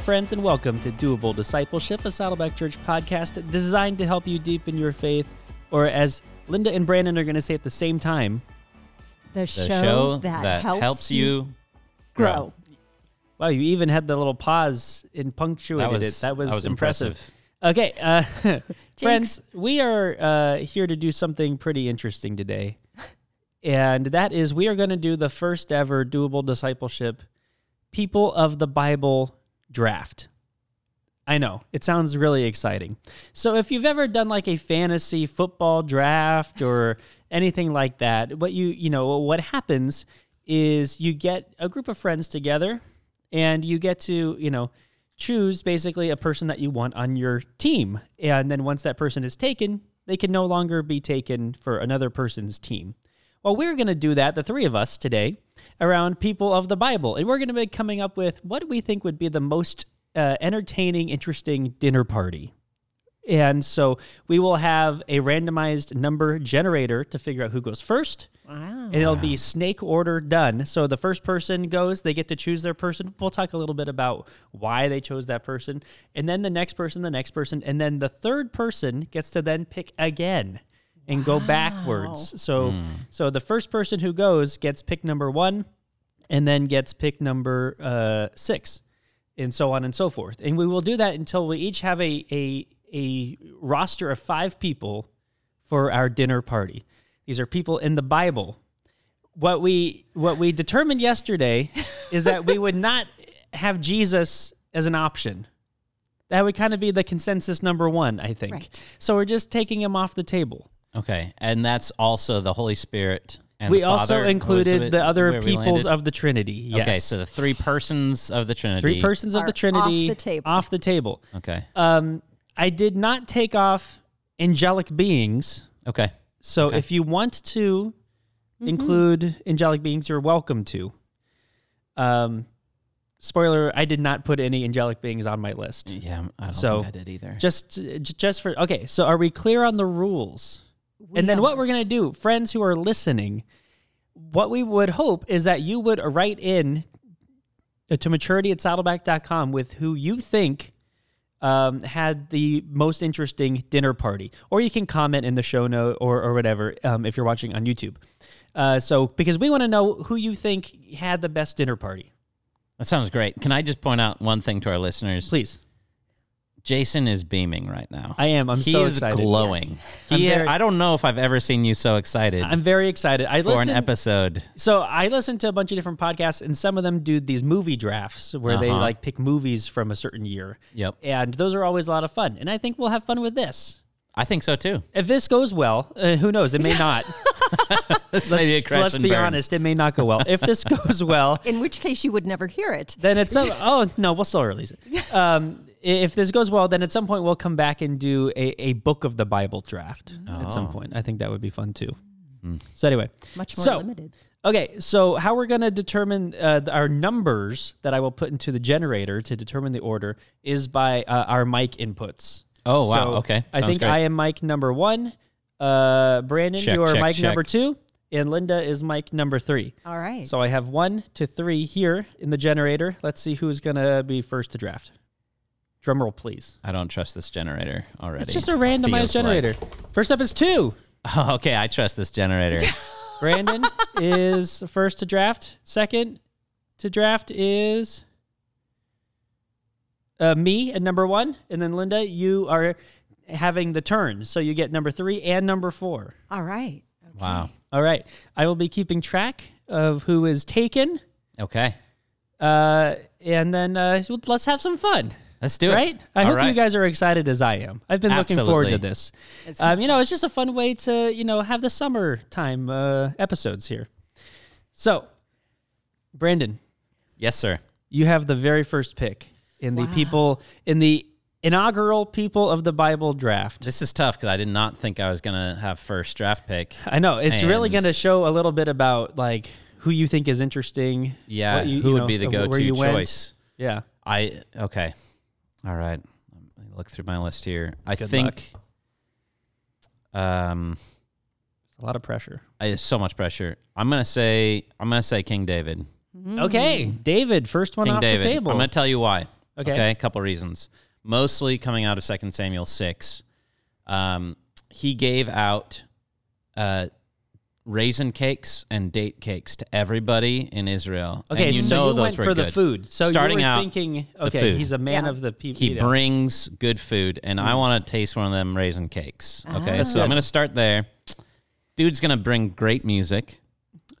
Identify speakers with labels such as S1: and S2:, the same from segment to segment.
S1: friends, and welcome to Doable Discipleship, a Saddleback Church podcast designed to help you deepen your faith, or as Linda and Brandon are going to say at the same time,
S2: The
S3: the
S2: show,
S3: show,
S2: that, helps, you grow.
S3: grow.
S1: wow, you even had the little pause and punctuated it. That was, impressive. Okay, uh, friends, we are uh, here to do something pretty interesting today. And that is, we are going to do the first ever doable discipleship People of the Bible draft. I know, it sounds really exciting. So, if you've ever done like a fantasy football draft or anything like that, what you, you know, what happens is you get a group of friends together and you get to, you know, choose basically a person that you want on your team. And then once that person is taken, they can no longer be taken for another person's team. Well, we're going to do that, the three of us today, around people of the Bible. And we're going to be coming up with what we think would be the most uh, entertaining, interesting dinner party. And so we will have a randomized number generator to figure out who goes first.
S2: Wow.
S1: And it'll be snake order done. So the first person goes, they get to choose their person. We'll talk a little bit about why they chose that person. And then the next person, the next person, and then the third person gets to then pick again and go backwards. So so the first person who goes gets pick number 1 and then gets pick number uh, 6 and so on and so forth. And we will do that until we each have a a a roster of 5 people for our dinner party. These are people in the Bible. What we what we determined yesterday is that we would not have Jesus as an option. That would kind of be the consensus number one, I think.
S2: Right.
S1: So we're just taking him off the table.
S3: Okay, and that's also the Holy Spirit. And
S1: we
S3: the
S1: also
S3: Father,
S1: included
S3: Elizabeth,
S1: the other
S3: where we
S1: peoples
S3: landed?
S1: of the Trinity. Yes.
S3: Okay, so the three persons of the Trinity.
S1: three persons of
S2: Are
S1: the
S2: off
S1: Trinity
S2: the table.
S1: off the table.
S3: Okay.
S1: Um, I did not take off angelic beings.
S3: okay.
S1: So
S3: Okay.
S1: if you want to
S2: Mm-hmm.
S1: include angelic beings, you're welcome to. Um, spoiler: I did not put any angelic beings on my list.
S2: Mm.
S3: Yeah, I'm- I don't
S1: So,
S3: think I did either.
S1: Just, j- just for okay. So are we clear on the rules? and then what we're going to do, friends who are listening, what we would hope is that you would write in to maturity at saddleback.com with who you think um, had the most interesting dinner party. Or you can comment in the show note or, or whatever um, if you're watching on YouTube. Uh, so, because we want to know who you think had the best dinner party.
S3: that sounds great. Can I just point out one thing to our listeners?
S1: Please.
S3: Jason is beaming right now.
S1: I am. I'm
S3: he
S1: so
S3: is
S1: excited.
S3: glowing.
S1: I'm
S3: He,
S1: very-
S3: I don't know if I've ever seen you so excited
S1: I'm very excited. I
S3: for
S1: listened,
S3: an episode.
S1: So I listen to a bunch of different podcasts, and some of them do these movie drafts where they
S3: Uh-huh.
S1: like pick movies from a certain year.
S3: Yep.
S1: And those are always a lot of fun. And I think we'll have fun with this.
S3: I think so too.
S1: If this goes well, uh, who knows? It may not.
S3: This may be a crash
S1: Let's
S3: and
S1: be
S3: burn.
S1: honest, it may not go well. If this goes well,
S2: In which case, you would never hear it.
S1: then at some oh no, we'll still release it. Um, i- if this goes well, then at some point we'll come back and do a, a book of the Bible draft. At some
S3: Oh.
S1: point, I think that would be fun too.
S3: Hmm.
S1: So anyway,
S2: Much more
S1: So-
S2: limited.
S1: Okay, so how we're going to determine uh, th- our numbers that I will put into the generator to determine the order is by uh, our mic inputs.
S3: Oh, wow, okay,
S1: I
S3: sounds
S1: think
S3: great.
S1: I am mic number one. Uh, Brandon,
S3: Check,
S1: you are
S3: check,
S1: mic
S3: check.
S1: number two, and Linda is mic number three.
S2: All right.
S1: So I have one to three here in the generator. Let's see who's going to be first to draft. Drum roll, please.
S3: I don't trust this generator already.
S1: It's just a
S3: It
S1: randomized
S3: feels like-
S1: generator. First up is two.
S3: Oh, okay, I trust this generator.
S1: Brandon is first to draft. Second to draft is uh, me at number one, and then Linda, you are having the turn, so you get number three and number four.
S2: All right. Okay.
S3: wow.
S1: All right, I will be keeping track of who is taken,
S3: Okay.
S1: uh, and then uh, so let's have some fun.
S3: Let's do it.
S1: Right? I
S3: All
S1: hope you
S3: right.
S1: guys are excited as I am. I've been looking forward to
S3: Absolutely.
S1: this. Um, you know, it's just a fun way to, you know, have the summertime uh, episodes here. So, Brandon,
S3: Yes, sir.
S1: you have the very first pick in the people, in the inaugural People of the Bible draft.
S3: This is tough because I did not think I was gonna have first draft pick.
S1: I know it's really
S3: And-
S1: going to show a little bit about like who you think is interesting.
S3: Yeah,
S1: what you-
S3: who
S1: you
S3: would
S1: know,
S3: be the
S1: of where
S3: go-to
S1: you went.
S3: choice?
S1: Yeah.
S3: I okay. All right. Let me look through my list here. I think. Um,
S1: It's a lot of pressure.
S3: I, it's so much pressure. I'm gonna say I'm gonna say King David.
S1: Okay, David, first one
S3: King
S1: off
S3: David.
S1: the table.
S3: I'm gonna tell you why.
S1: Okay.
S3: a couple reasons. Mostly coming out of 2 Samuel 6. Um, he gave out uh, raisin cakes and date cakes to everybody in Israel.
S1: Okay,
S3: and you
S1: so
S3: know
S1: you
S3: those
S1: went
S3: were
S1: for
S3: good.
S1: the food. So
S3: Starting
S1: you were
S3: out,
S1: thinking,
S3: the
S1: okay,
S3: food.
S1: he's a man
S2: Yeah.
S1: of the people.
S3: He brings good food, and
S1: Mm.
S3: I want to taste one of them raisin cakes. Okay,
S2: Ah.
S3: so I'm gonna start there. Dude's gonna bring great music.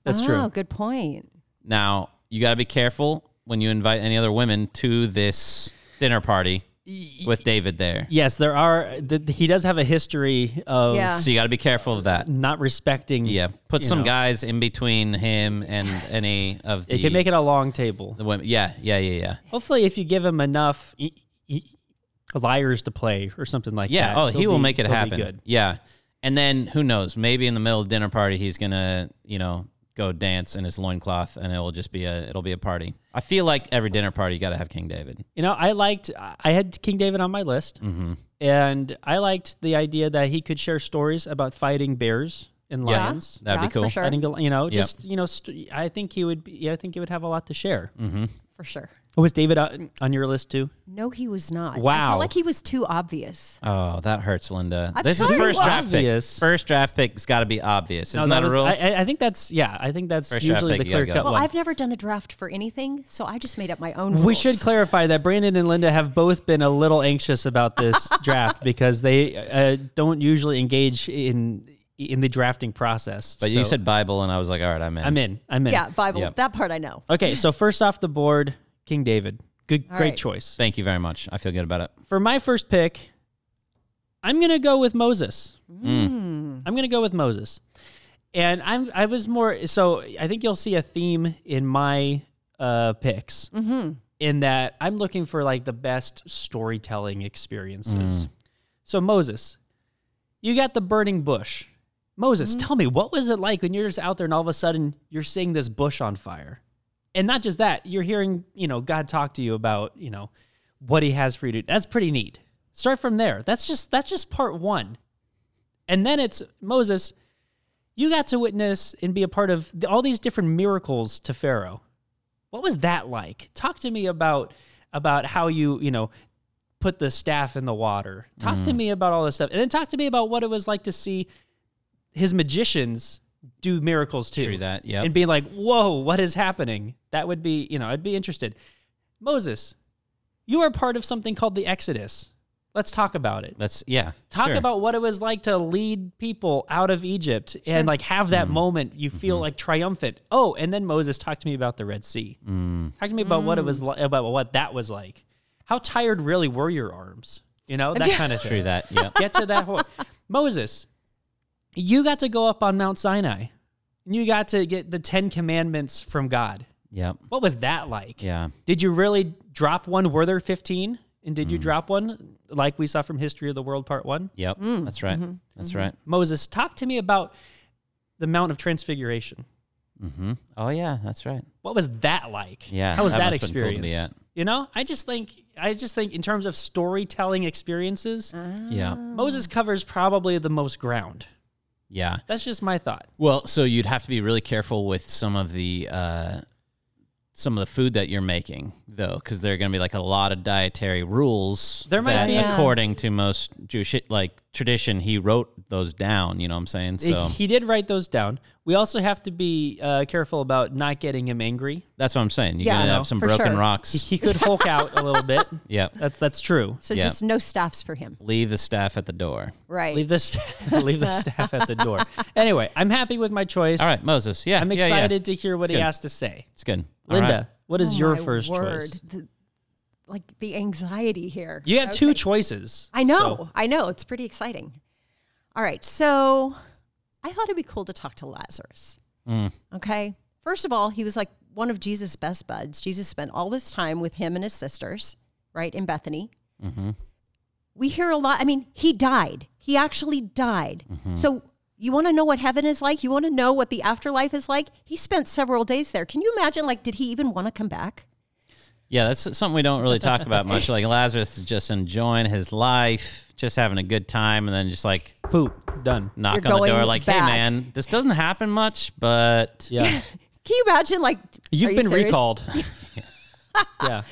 S1: That's
S2: oh,
S1: true.
S2: good point.
S3: Now you gotta be careful when you invite any other women to this dinner party with David there.
S1: Yes, there are. th he does have a history of
S2: Yeah.
S3: So you gotta be careful of that.
S1: not respecting.
S3: Yeah, put
S1: Mm-hmm. You
S3: some
S1: know.
S3: guys in between him and any of the
S1: It can make it a long table.
S3: the women. Yeah, yeah, yeah, yeah.
S1: Hopefully, if you give him enough e- e- liars to play or something like
S3: Yeah.
S1: that.
S3: Oh, he
S1: he'll
S3: will
S1: be-
S3: make it
S1: he'll be
S3: happen.
S1: good.
S3: Yeah. And then who knows? Maybe in the middle of dinner party, he's gonna you know go dance in his loincloth, and it'll just be a it'll be a party. I feel like every dinner party you got to have King David.
S1: You know, I liked. I had King David on my list,
S3: Mm-hmm.
S1: and I liked the idea that he could share stories about fighting bears and
S3: Yeah.
S1: lions.
S3: That'd be
S2: yeah,
S3: cool.
S2: For sure.
S1: I think you know,
S3: Yep.
S1: just you know, st- I think he would. Be, yeah, I think he would have a lot to share.
S2: for sure.
S1: Oh, Was David on on your list too?
S2: No, he was not. I
S1: Wow.
S2: felt like he was too obvious.
S3: Oh, that hurts, Linda.
S2: I'm
S3: this is
S2: sorry,
S3: first
S2: what?
S3: draft
S1: Obvious.
S3: pick. First draft pick's got to be obvious. Isn't
S1: No,
S3: that,
S1: was-
S3: a rule?
S1: I, I- I think that's yeah. I think that's
S3: First draft
S1: usually the
S3: pick, you gotta
S1: clear
S3: go.
S1: cut
S2: Well,
S1: one.
S2: I've never done a draft for anything, so I just made up my own.
S1: we
S2: rules.
S1: should clarify that Brandon and Linda have both been a little anxious about this draft because they uh, don't usually engage in in the drafting process.
S3: but you
S1: So,
S3: said Bible, and I was like, all right, I'm in.
S1: I'm in. I'm in.
S2: Yeah, Bible.
S3: Yep.
S2: That part I know.
S1: Okay, so first off the board, King David. Good,
S2: All
S1: great
S2: right.
S1: choice.
S3: Thank you very much. I feel good about it.
S1: For my first pick, I'm gonna go with Moses. I'm gonna go with Moses, and I'm I was more so. I think you'll see a theme in my uh, picks in that I'm looking for like the best storytelling experiences. So Moses, you got the burning bush. Moses, tell me what was it like when you're just out there and all of a sudden you're seeing this bush on fire? And not just that, you're hearing, you know, God talk to you about, you know, what he has for you to that's pretty neat. Start from there. That's just that's just part one. And then it's Moses, you got to witness and be a part of the, all these different miracles to Pharaoh. What was that like? Talk to me about about how you, you know, put the staff in the water. Talk
S3: Mm.
S1: to me about all this stuff. And then talk to me about what it was like to see his magicians do miracles too.
S3: True that, yep.
S1: And being like, whoa, what is happening? That would be, you know, I'd be interested. Moses, you are part of something called the Exodus. Let's talk about it.
S3: That's yeah.
S1: Talk
S3: sure.
S1: about what it was like to lead people out of Egypt and like have that
S3: Mm-hmm.
S1: moment you feel like triumphant. Oh, and then Moses talk to me about the Red Sea.
S3: Mm.
S1: Talk to me about what it was li- about what that was like. How tired really were your arms? You know, that kind of thing.
S3: True that. Yeah.
S1: Get to that whole Moses, you got to go up on Mount Sinai. And you got to get the 10 commandments from God.
S3: yep.
S1: What was that like?
S3: Yeah.
S1: Did you really drop one? Were there 15? And did you
S3: Mm.
S1: drop one like we saw from History of the World Part 1?
S3: Yep. That's right. That's right.
S1: Moses, talk to me about the Mount of Transfiguration.
S3: hmm Oh yeah. That's right.
S1: What was that like?
S3: Yeah,
S1: how was
S3: that
S1: that,
S3: must've been cool to
S1: experience?
S3: be at.
S1: You know, I just think I just think in terms of storytelling experiences,
S3: Yeah.
S1: Moses covers probably the most ground.
S3: Yeah.
S1: That's just my thought.
S3: Well, so you'd have to be really careful with some of the uh, some of the food that you're making, though, because there are going to be like a lot of dietary rules.
S1: There might
S3: that,
S1: be.
S2: Yeah.
S3: according to most Jewish like tradition, he wrote those down. You know what I'm saying? So
S1: He did write those down. We also have to be uh, careful about not getting him angry.
S3: that's what I'm saying. You're
S2: Yeah,
S3: going to
S2: I know,
S3: have some
S2: for
S3: broken
S2: sure.
S3: rocks.
S1: He could Hulk out a little bit.
S3: yep.
S1: That's that's true.
S2: So
S3: Yeah.
S2: just no staffs for him.
S3: Leave the staff at the door.
S2: Right.
S1: Leave the st- leave the staff at the door. Anyway, I'm happy with my choice.
S3: All right, Moses. Yeah,
S1: I'm
S3: yeah, yeah.
S1: excited to hear what
S3: It's
S1: he
S3: good.
S1: has to say.
S3: It's good. All
S1: Linda,
S3: right.
S1: what is
S2: Oh
S1: your
S2: my
S1: first
S2: word.
S1: choice?
S2: The- like the anxiety here.
S1: You have two
S2: Okay.
S1: choices.
S2: I know.
S1: so-
S2: I know. It's pretty exciting. All right. So I thought it'd be cool to talk to Lazarus.
S1: Mm.
S2: Okay. First of all, he was like one of Jesus' best buds. Jesus spent all this time with him and his sisters, right, in Bethany.
S1: Mm-hmm.
S2: We hear a lot. I mean, he died. He actually died.
S1: Mm-hmm.
S2: So you want to know what heaven is like? You want to know what the afterlife is like? He spent several days there. Can you imagine? Like, did he even want to come back?
S3: Yeah, that's something we don't really talk about much. Like Lazarus is just enjoying his life, just having a good time, and then just like
S1: poop done.
S3: knock
S2: You're
S3: on the door
S2: going
S3: like,
S2: back."
S3: "Hey, man, this doesn't happen much, but
S1: Yeah,
S2: Can you imagine? Like, are
S1: you've
S2: you
S1: been
S2: serious?
S1: recalled. yeah,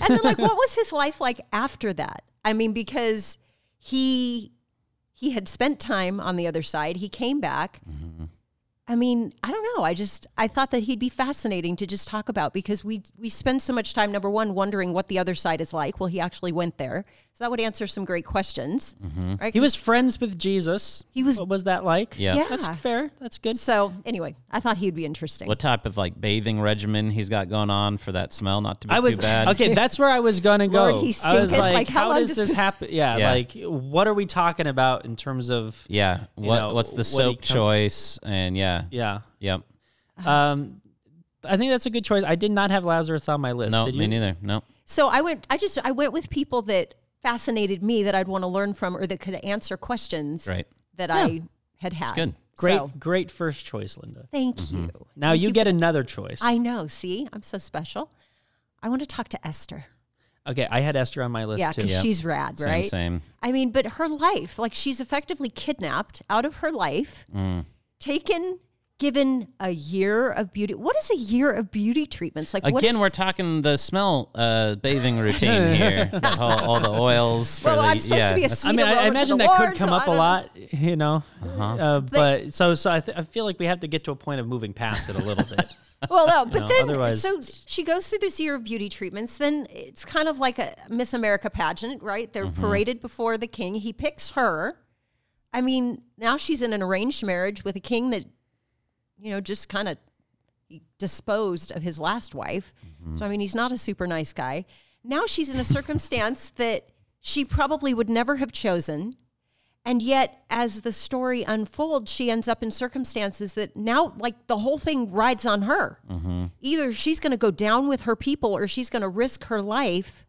S2: And then like what was his life like after that? I mean because he he had spent time on the other side. He came back. I mean, I don't know. I just I thought that he'd be fascinating to just talk about because we we spend so much time number one wondering what the other side is like. Well, he actually went there, so that would answer some great questions,
S3: Mm-hmm.
S2: right?
S1: He was friends with Jesus.
S2: He was-
S1: What was that like?
S3: Yeah.
S2: Yeah.
S1: That's fair. That's good.
S2: so anyway. I thought he'd be interesting.
S3: What type of like bathing regimen he's got going on for that smell not to be
S1: I was
S3: too bad?
S1: okay. That's where I was gonna go.
S2: Lord, he
S1: I was
S2: stinketh.
S1: like,
S2: Like, how
S1: how,
S2: long
S1: does
S2: does
S1: this
S2: this-
S1: happen? Yeah,
S3: Yeah.
S1: like, what are we talking about in terms of?
S3: Yeah. What
S1: know,
S3: what's the
S1: what he
S3: soap
S1: come-
S3: choice? And yeah.
S1: Yeah.
S3: Yep.
S1: Um, I think that's a good choice. I did not have Lazarus on my list.
S3: No,
S1: did
S3: me
S1: you?
S3: neither. No.
S2: So I went. I just I went with people that fascinated me that I'd want to learn from or that could answer questions
S3: Right.
S2: that I had had.
S3: good.
S1: Great,
S2: So,
S1: great first choice, Linda.
S2: thank you.
S1: Now you, get another choice.
S2: I know. See, I'm so special. I want to talk to Esther.
S1: okay, I had Esther on my list
S2: Yeah,
S1: too.
S2: because
S3: Yeah.
S2: she's rad,
S3: Same,
S2: right?
S3: same.
S2: I mean, but her life, like she's effectively kidnapped out of her life, taken, given a year of beauty. What is a year of beauty treatments? Like what
S3: Again,
S2: is-
S3: we're talking the smell uh, bathing routine here. The whole- all the oils. For
S2: Well,
S3: the,
S2: I'm supposed to
S3: yeah,
S2: be a
S3: that's-
S1: I mean,
S2: Either
S1: I
S2: Roberts or
S1: imagine
S2: the
S1: that
S2: Lord,
S1: could come
S2: so I
S1: up a
S2: don't-
S1: lot, you know.
S3: Uh-huh.
S1: Uh, but, so, so I, th- I feel like we have to get to a point of moving past it a little bit.
S2: well, no, but
S1: know,
S2: then
S1: otherwise
S2: so
S1: it's-
S2: she goes through this year of beauty treatments. Then it's kind of like a Miss America pageant, right? They're
S1: Mm-hmm.
S2: paraded before the king. He picks her. I mean, now she's in an arranged marriage with a king that, you know, just kind of disposed of his last wife.
S1: Mm-hmm.
S2: So I mean, he's not a super nice guy. Now she's in a circumstance that she probably would never have chosen. And yet, as the story unfolds, she ends up in circumstances that now, like, the whole thing rides on her. Either she's going to go down with her people or she's going to risk her life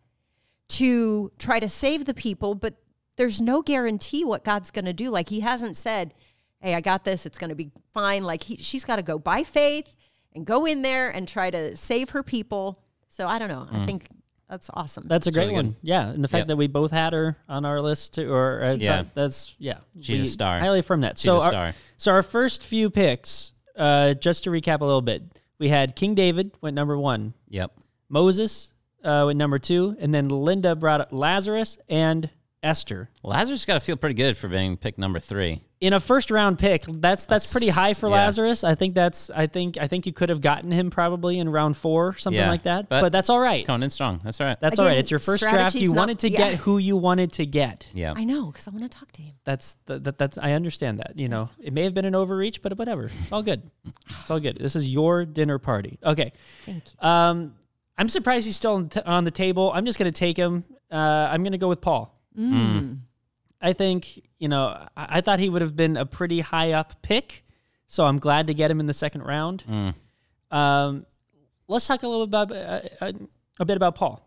S2: to try to save the people. But there's no guarantee what God's going to do. Like, He hasn't said, Hey, I got this. It's going to be fine. Like, he, she's got to go by faith and go in there and try to save her people. So I don't know. I think that's awesome.
S1: That's a great
S3: really good.
S1: one. Yeah, and the fact
S3: Yep.
S1: that we both had her on our list too, or uh,
S3: Yeah.
S1: that- that's yeah,
S3: She's a
S1: We
S3: star.
S1: Highly affirm that.
S3: She's
S1: so
S3: a
S1: our-
S3: star.
S1: so our first few picks, uh, just to recap a little bit, we had King David went number one,
S3: Yep.
S1: Moses uh, went number two, and then Linda brought up Lazarus and Esther.
S3: Lazarus got to feel pretty good for being pick number three.
S1: In a first round pick, that's that's pretty high for
S3: yeah.
S1: Lazarus. I think that's I think I think you could have gotten him probably in round four, something
S3: Yeah,
S1: like that.
S3: but-
S1: But, that's all right.
S3: Coming in strong. That's all right.
S1: That's all
S2: Again,
S1: right. It's your first draft.
S2: strategy's
S1: You
S2: not-
S1: wanted to
S2: yeah.
S1: get who you wanted to get.
S3: yeah.
S2: I know because I want to talk to him.
S1: that's that, that that's I understand that. You know, it may have been an overreach, but whatever. It's all good. It's all good. This is your dinner party. Okay.
S2: Thank you.
S1: Um, I'm surprised he's still on, t- on the table. I'm just gonna take him. Uh, I'm gonna go with Paul.
S2: Mm.
S1: I think you know. I, I thought he would have been a pretty high up pick, so I'm glad to get him in the second round. Um, let's talk a little about uh, uh, a bit about Paul.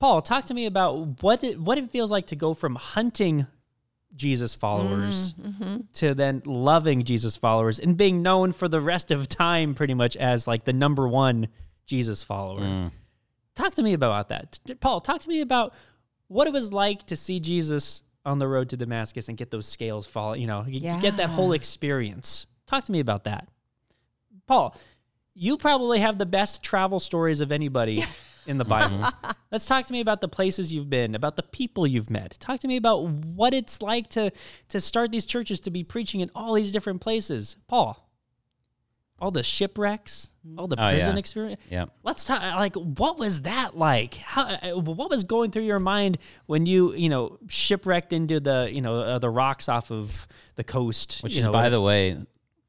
S1: Paul, talk to me about what it, what it feels like to go from hunting Jesus followers to then loving Jesus followers and being known for the rest of time pretty much as like the number one Jesus follower. Talk to me about that. T- Paul, talk to me about what it was like to see Jesus on the road to Damascus and get those scales fall, you know, g- get that whole experience. Talk to me about that. Paul, you probably have the best travel stories of anybody in the Bible.
S2: Mm-hmm.
S1: Let's talk to me about the places you've been, about the people you've met. Talk to me about what it's like to to start these churches to be preaching in all these different places. Paul, all the shipwrecks,
S2: Mm-hmm.
S1: all the
S3: Oh,
S1: prison
S3: yeah.
S1: experience.
S3: Yep.
S1: Let's talk like what was that like? How uh, what was going through your mind when you, you know, shipwrecked into the, you know, uh, the rocks off of the coast,
S3: Which
S1: you
S3: is,
S1: know,
S3: by the way,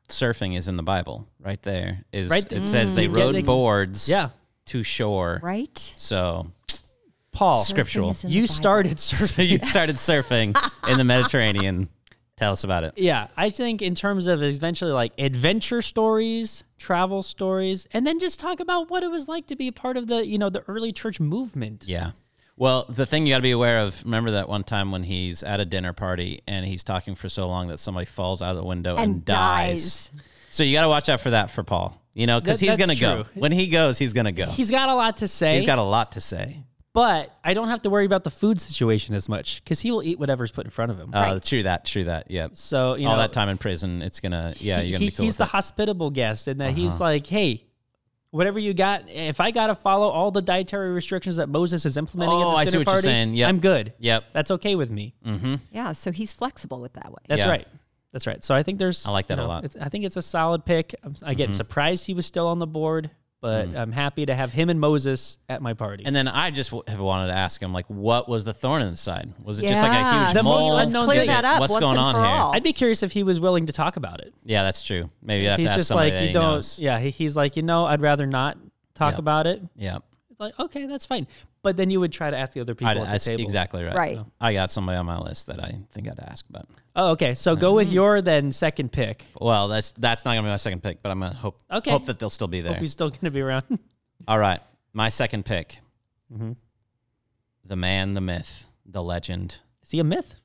S3: surfing is in the Bible right there. Is
S1: Right
S3: it says they
S1: You get
S3: rode
S1: ex-
S3: boards
S1: Yeah.
S3: to shore.
S2: Right?
S3: So
S1: Paul,
S3: Scriptural.
S2: Surfing is in the
S1: you
S2: Bible.
S1: started surfing
S3: you started surfing in the Mediterranean. Tell us about it.
S1: Yeah, I think in terms of eventually like adventure stories, travel stories, and then just talk about what it was like to be a part of the, you know, the early church movement.
S3: Yeah. Well, the thing you got to be aware of, remember that one time when he's at a dinner party and he's talking for so long that somebody falls out of the window and,
S2: And
S3: dies. So you got to watch out for that for Paul, you know, because
S1: That-
S3: he's going
S1: that's
S3: to go.
S1: true.
S3: When he goes, he's going to go.
S1: He's got a lot to say,
S3: he's got a lot to say.
S1: but I don't have to worry about the food situation as much cuz he will eat whatever's put in front of him.
S3: Uh, True that. True that. Yeah.
S1: so, you
S3: All
S1: know,
S3: that Uh-huh. time in prison, it's gonna. Yeah,
S1: he-
S3: you're gonna be cool.
S1: he's
S3: with
S1: the
S3: it.
S1: hospitable guest and that he's like, "Hey, whatever you got, if I got to follow all the dietary restrictions that Moses is implementing
S3: Oh, I
S1: at
S3: see
S1: this dinner
S3: what you're
S1: party,
S3: saying. Yep.
S1: I'm good.
S3: Yep.
S1: That's okay with me.
S2: Yeah, so he's flexible with that way.
S1: That's
S3: Yeah.
S1: right. That's right. So I think there's.
S3: I like that
S1: you
S3: a
S1: know,
S3: lot.
S1: It's,
S3: Mm-hmm.
S1: I think it's a solid pick. I'm, I get surprised he was still on the board, but I'm happy to have him and Moses at my party.
S3: Mm. And then I just w- have wanted to ask him, like, what was the thorn in the side? Was it just like a
S2: Yeah.
S3: huge
S1: The most
S3: mole?
S1: unknown Let's clear
S2: that up
S3: What's
S2: once
S3: going
S2: and
S3: on
S2: for
S3: here?
S2: all.
S1: I'd be curious if he was willing to talk about it.
S3: Yeah, that's true. Maybe you have
S1: He's
S3: to ask
S1: just
S3: somebody
S1: like,
S3: that
S1: you
S3: he
S1: don't.
S3: knows.
S1: Yeah, he, he's like, you know, I'd rather not talk
S3: Yep.
S1: about it.
S3: Yeah,
S1: It's like, okay, that's fine. But then you would try to ask the other people
S3: I'd
S1: at the
S3: ask,
S1: table.
S3: exactly right.
S2: Right.
S3: I got somebody on my list that I think I'd ask, but
S1: Oh, okay. So go
S2: Mm-hmm.
S1: with your then second pick.
S3: well, that's that's not gonna be my second pick, but I'm gonna hope
S1: Okay.
S3: hope that they'll still be there.
S1: Hope he's still going to be around.
S3: All right, my second pick,
S1: Mm-hmm.
S3: the man, the myth, the legend.
S1: Is he a myth?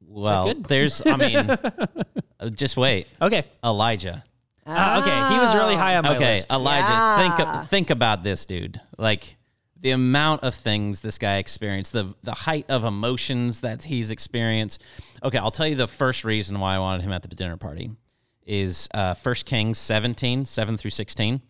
S3: Well,
S1: good?
S3: there's, I mean, uh, just wait,
S1: Okay.
S3: Elijah. uh,
S1: Ah, okay. He was really
S2: Oh.
S1: high on my
S3: okay,
S1: list.
S3: Elijah,
S2: Yeah.
S3: think think about this, dude. Like the amount of things this guy experienced, the the height of emotions that he's experienced. Okay, I'll tell you the first reason why I wanted him at the dinner party is uh, 1 Kings 17, 7 through 16,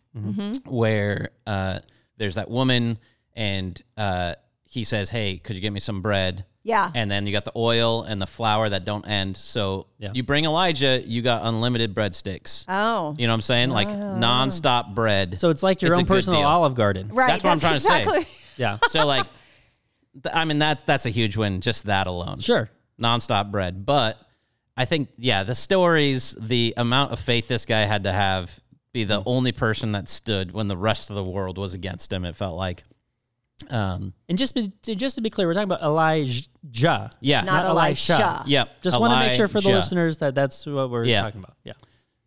S3: where uh, there's that woman and uh, he says, hey, could you get me some bread?
S2: Yeah.
S3: And then you got the oil and the flour that don't end. So
S1: Yeah.
S3: you bring Elijah, you got unlimited breadsticks.
S2: Oh.
S3: You know what I'm saying? Like nonstop bread.
S1: So it's like your
S3: It's a
S1: own
S3: good
S1: personal
S3: deal.
S1: Olive Garden.
S2: Right.
S3: That's what I'm trying to say.
S2: exactly.
S1: Yeah.
S3: so like, th- I mean that's that's a huge win. Just that alone.
S1: Sure.
S3: Nonstop bread, but I think yeah, the stories, the amount of faith this guy had to have, be
S1: Mm.
S3: the only person that stood when the rest of the world was against him. It felt like. Um.
S1: And just be, to, just to be clear, we're talking about Elijah.
S3: Yeah.
S2: Not
S1: Not Elisha.
S2: Elisha.
S3: Yep.
S1: Just want to make sure for the
S3: Elijah.
S1: listeners that that's what we're
S3: Yeah.
S1: talking about. Yeah.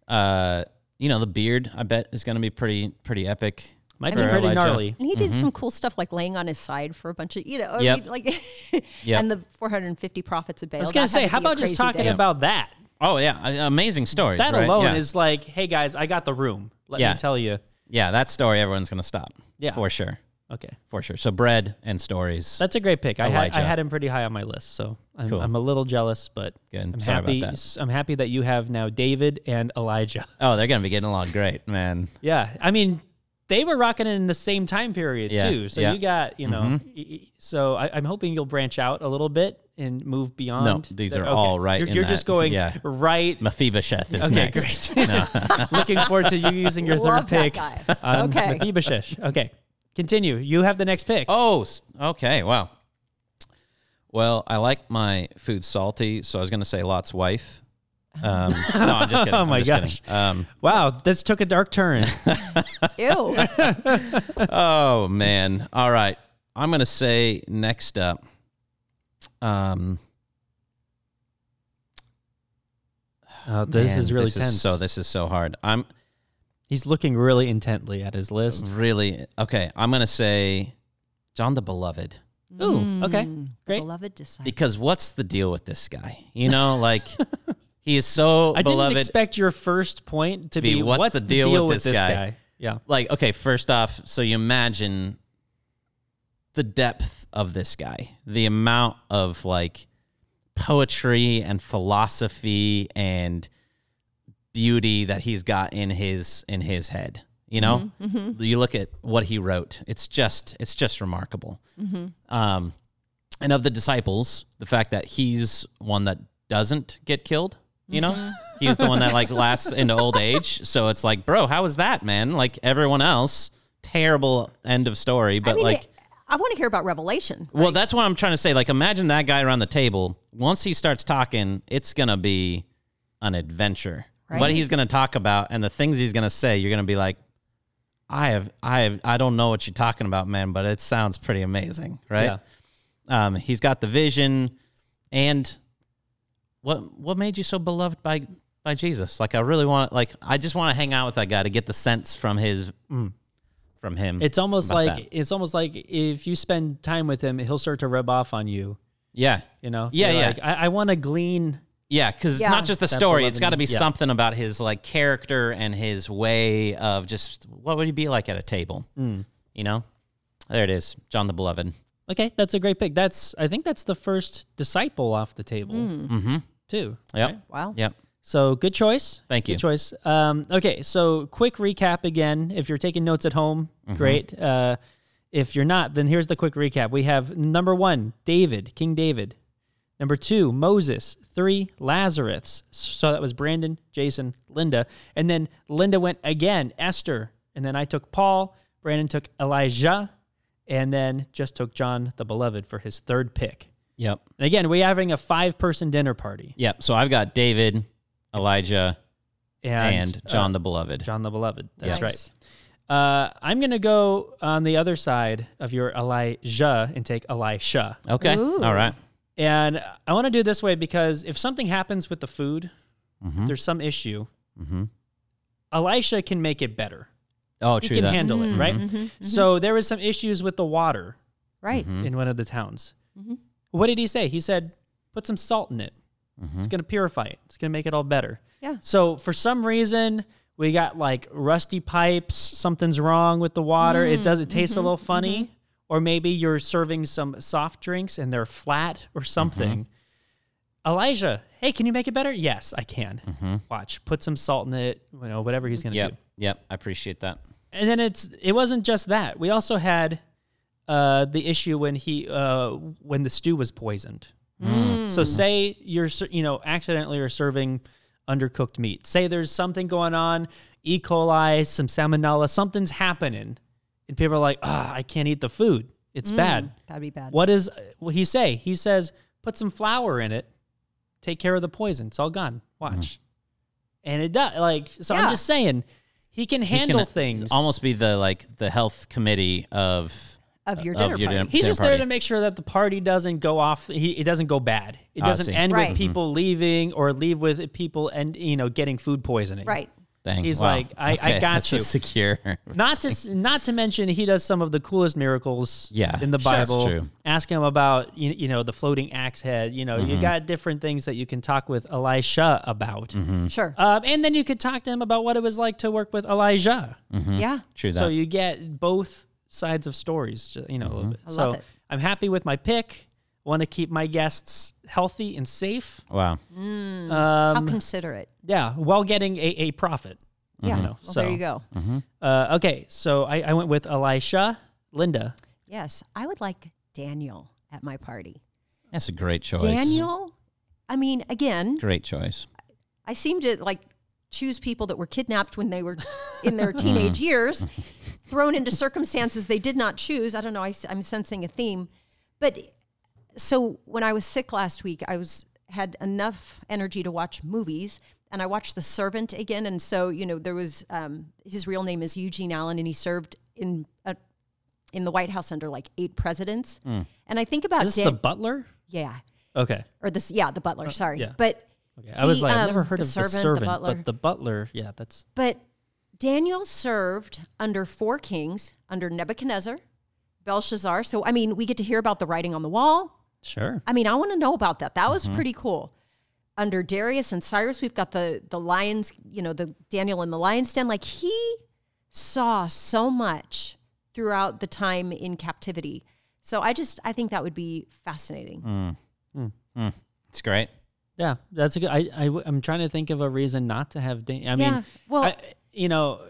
S3: Uh, you know the beard. I bet is going to be pretty pretty epic.
S1: Might
S3: for
S1: be pretty
S3: Elijah.
S1: gnarly.
S2: And he did
S3: Mm-hmm.
S2: some cool stuff like laying on his side for a bunch of, you know, I
S3: Yep.
S2: mean, like,
S3: Yep.
S2: and the 450 prophets of Baal.
S1: I was going to say, how about just talking about that?
S3: Oh yeah, a- amazing stories.
S1: That
S3: right?
S1: alone
S3: Yeah.
S1: is like, hey guys, I got the room. Let
S3: Yeah.
S1: me tell you.
S3: yeah. That story, everyone's going to stop.
S1: Yeah.
S3: For sure.
S1: Okay.
S3: For sure. So bread and stories.
S1: That's a great pick. I had, I
S3: Elijah.
S1: had him pretty high on my list, so I'm,
S3: Cool.
S1: I'm a little jealous, but
S3: Good.
S1: I'm
S3: Sorry about
S1: happy.
S3: that.
S1: I'm happy that you have now David and Elijah.
S3: oh, they're gonna be getting along great, man.
S1: Yeah, I mean, they were rocking it in the same time period
S3: Yeah,
S1: too. So
S3: yeah. Mm-hmm.
S1: you got, you know, y- y- so I, I'm hoping you'll branch out a little bit and move beyond.
S3: these
S1: that-
S3: are all right
S1: You're,
S3: in
S1: you're just
S3: that-
S1: going
S3: yeah.
S1: right.
S3: Mephibosheth is
S1: Okay,
S3: next.
S1: great. Looking forward to you using your third
S2: Love that
S1: pick
S2: guy.
S1: on
S2: Okay.
S1: Mephibosheth. Okay, continue. You have the next pick.
S3: oh, s- okay. Wow. Well, I like my food salty, so I was gonna say Lot's wife. Um, no, I'm just kidding.
S1: Oh
S3: I'm
S1: my
S3: just
S1: gosh.
S3: kidding. Um,
S1: Wow, this took a dark turn.
S2: Ew.
S3: oh man. All right. I'm gonna say next up. Um,
S1: Oh, this
S3: man,
S1: is really tense.
S3: so this is so hard. I'm
S1: He's looking really intently at his list.
S3: really okay. I'm gonna say John the Beloved.
S1: Ooh, okay,
S2: Mm.
S1: great.
S2: Beloved disciple.
S3: because what's the deal with this guy? You know, like he is so
S1: I
S3: beloved.
S1: didn't expect your first point to
S3: Be,
S1: be,
S3: what's the deal with
S1: with
S3: this
S1: this
S3: guy?
S1: Yeah.
S3: like, okay, first off, so you imagine the depth of this guy, the amount of like poetry and philosophy and beauty that he's got in his in his head. You know,
S2: Mm-hmm,
S3: you look at what he wrote; it's just it's just remarkable.
S2: Mm-hmm.
S3: Um, and of the disciples, the fact that he's one that doesn't get killed, you
S2: Mm-hmm.
S3: know, he's the one that like lasts into old age. So it's like, bro, how is that, man? Like everyone else, terrible end of story, but
S2: I mean,
S3: like.
S2: I want to hear about Revelation.
S3: Well, that's what I'm trying to say. Like, imagine that guy around the table. Once he starts talking, it's gonna be an adventure. What
S2: Right.
S3: he's gonna talk about and the things he's gonna say, you're gonna be like, I have, I have, I don't know what you're talking about, man, but it sounds pretty amazing, right? Um, he's got the vision, and what what made you so beloved by by Jesus? Like, I really want, like, I just want to hang out with that guy to get the sense from his, from him.
S1: It's almost
S3: about
S1: like
S3: that.
S1: it's almost like if you spend time with him, he'll start to rub off on you.
S3: yeah,
S1: You know.
S3: Yeah,
S1: You're
S3: yeah.
S1: Like, I, I want to glean.
S3: Yeah, because
S2: Yeah.
S3: it's not just the
S1: That
S3: story.
S1: beloved
S3: It's got to be
S1: man. Yeah.
S3: something about his like character and his way of just what would he be like at a table.
S1: Hmm.
S3: You know, there it is, John the Beloved.
S1: Okay, that's a great pick. That's I think that's the first disciple off the table
S3: Mm-hmm.
S1: too.
S3: Yep.
S1: right?
S2: Wow.
S3: Yep.
S1: So good choice.
S3: Thank you.
S1: Good choice. Um, okay, so quick recap again. If you're taking notes at home,
S3: Mm-hmm.
S1: great. Uh, if you're not, then here's the quick recap. We have number one, David, King David. Number two, Moses. Three, Lazarus. So that was Brandon, Jason, Linda. And then Linda went again, Esther. And then I took Paul. Brandon took Elijah. And then just took John the Beloved for his third pick.
S3: Yep.
S1: And again, we're having a five person dinner party.
S3: Yep. So I've got David, Elijah, and,
S1: uh,
S3: John the Beloved.
S1: John the Beloved. That's
S2: Nice.
S1: right. Uh, I'm going to go on the other side of your Elijah and take Elisha.
S3: Okay.
S2: Ooh.
S3: All right.
S1: And I want to do it this way because if something happens with the food,
S3: Mm-hmm.
S1: if there's some issue, Elisha can make it better.
S3: Oh,
S1: He
S3: true
S1: can
S3: that. Mm-hmm.
S1: handle it, right? So there was some issues with the water
S2: Right.
S3: Mm-hmm.
S1: in one of the towns. What did he say? He said, put some salt in it.
S3: Mm-hmm.
S1: It's going to purify it, it's going to make it all better.
S2: Yeah.
S1: So for some reason, we got like rusty pipes. Something's wrong with the water. it does. It tastes a little funny. Or maybe you're serving some soft drinks and they're flat or something. Elijah, hey, can you make it better? Yes, I can. Watch. Put some salt in it. You know, whatever he's gonna do
S3: Yep. Yep. I appreciate that.
S1: and then it's it wasn't just that. We also had uh, the issue when he uh, when the stew was poisoned. So say you're ser- you know accidentally are serving undercooked meat. Say there's something going on, E. coli, some salmonella, something's happening, and people are like, "Ah, I can't eat the food. It's bad."
S2: That'd be bad.
S1: What does what he say? He says, "Put some flour in it. Take care of the poison. It's all gone. Watch." And it does. Like so, I'm
S2: Yeah.
S1: just saying, he can
S3: He can
S1: handle things.
S3: Almost be the like the health committee of
S2: Of your
S3: of
S2: dinner
S3: your
S2: party.
S3: dinner-
S1: He's just there
S3: party.
S1: to make sure that the party doesn't go off. He, it doesn't go bad. It
S3: I
S1: doesn't
S3: see. Mm-hmm.
S1: end
S2: Right.
S1: with people leaving or leave with people and you know getting food poisoning.
S2: Right.
S3: thing.
S1: He's
S3: Wow.
S1: like, I- I
S3: Okay,
S1: got
S3: that's a
S1: you.
S3: secure.
S1: Not to s- not to mention he does some of the coolest miracles.
S3: Yeah,
S1: In the
S3: sure. That's
S1: Bible,
S3: true.
S1: ask him about you, you know the floating axe head. You know
S3: Mm-hmm.
S1: you got different things that you can talk with Elisha about.
S3: Mm-hmm.
S2: Sure.
S1: Um, and then you could talk to him about what it was like to work with Elijah.
S3: Mm-hmm.
S2: Yeah.
S3: True that.
S1: So you get both sides of stories, ju- you know, a little bit.
S2: I
S1: so
S2: love it.
S1: I'm happy with my pick. Want to keep my guests healthy and safe.
S3: wow. Um,
S2: How considerate.
S1: Yeah, while getting a, a profit.
S2: Yeah.
S1: know,
S2: well,
S1: so-
S2: there you go.
S1: Uh, okay, so I, I went with Elisha, Linda.
S2: Yes. I would like Daniel at my party.
S3: That's a great choice.
S2: Daniel, I mean, again,
S3: Great choice.
S2: I seem to like choose people that were kidnapped when they were in their teenage
S1: Mm.
S2: years, thrown into circumstances they did not choose. I don't know. I, am sensing a theme, but so when I was sick last week, I was had enough energy to watch movies. And I watched The Servant again, and so you know there was um, his real name is Eugene Allen, and he served in a, in the White House under like eight presidents. And Ah, I think about
S1: Mm. Is this
S2: Dan-
S1: the butler?
S2: yeah,
S1: Okay.
S2: or this yeah the Butler, sorry,
S1: yeah.
S2: but
S1: Okay. I was
S2: The,
S1: like, I've
S2: um,
S1: never heard
S2: the
S1: of
S2: servant,
S1: the
S2: the
S1: servant,
S2: butler.
S1: but the butler. Yeah, that's
S2: But Daniel served under four kings, under Nebuchadnezzar, Belshazzar. So, I mean, we get to hear about the writing on the wall.
S1: sure.
S2: I mean, I want to know about that. That was pretty cool. Under Darius and Cyrus, we've got the the lions, you know, the Daniel and the lion's den. Like he saw so much throughout the time in captivity. So I just I think that would be fascinating.
S3: It's great.
S1: Yeah, that's a good. I, I am trying to think of a reason not to have. Dan- I mean,
S2: Yeah, well-
S1: I, you know,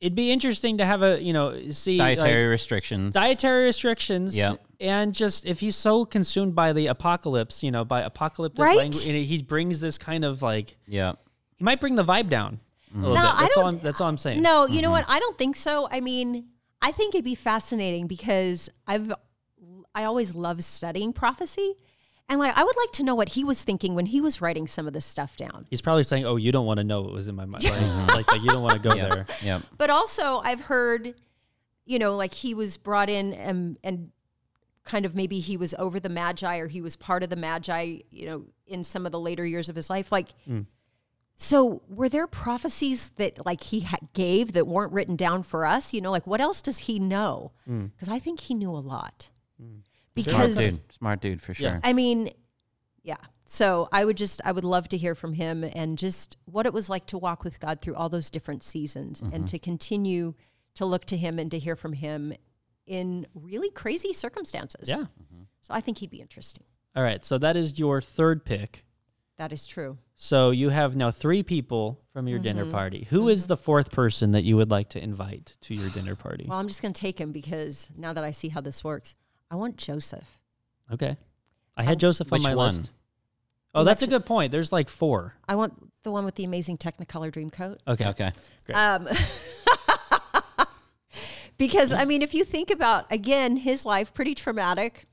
S1: it'd be interesting to have a you know see like,
S3: Dietary restrictions.
S1: dietary restrictions.
S3: Yep.
S1: And just if he's so consumed by the apocalypse, you know, by apocalyptic
S2: Right?
S1: language, and he brings this kind of like
S3: yeah.
S1: he might bring the vibe down
S3: Mm-hmm.
S1: a little
S2: No,
S1: bit.
S2: I
S1: That's all.
S2: don't-
S1: I'm, that's all I'm saying.
S2: No, you know what? I don't think so. I mean, I think it'd be fascinating because I've I always love studying prophecy. And like I would like to know what he was thinking when he was writing some of this stuff down.
S1: He's probably saying, "Oh, you don't want to know what was in my mind. Like, like, like, you don't want to go there."
S3: Yeah.
S2: But also I've heard, you know, like he was brought in and and kind of maybe he was over the magi or he was part of the magi, you know, in some of the later years of his life. Like So, were there prophecies that like he ha- gave that weren't written down for us? You know, like what else does he know? Because I think he knew a lot.
S3: Smart
S2: Because
S3: dude. Smart dude for sure.
S1: Yeah.
S2: I mean, yeah. So I would just I would love to hear from him and just what it was like to walk with God through all those different seasons and to continue to look to him and to hear from him in really crazy circumstances.
S1: Yeah.
S2: So I think he'd be interesting.
S1: All right. So that is your third pick.
S2: That is true.
S1: So you have now three people from your
S2: Mm-hmm.
S1: dinner party. Who is the fourth person that you would like to invite to your dinner party?
S2: Well, I'm just going to take him because now that I see how this works, I want Joseph.
S1: Okay. I
S2: um,
S1: had Joseph on
S3: Which
S1: my
S3: one?
S1: list. Oh, that's a good point. There's like four.
S2: I want the one with the amazing Technicolor dream coat.
S1: Okay.
S3: Okay.
S1: Great.
S2: Um, because I mean, if you think about again his life, pretty traumatic,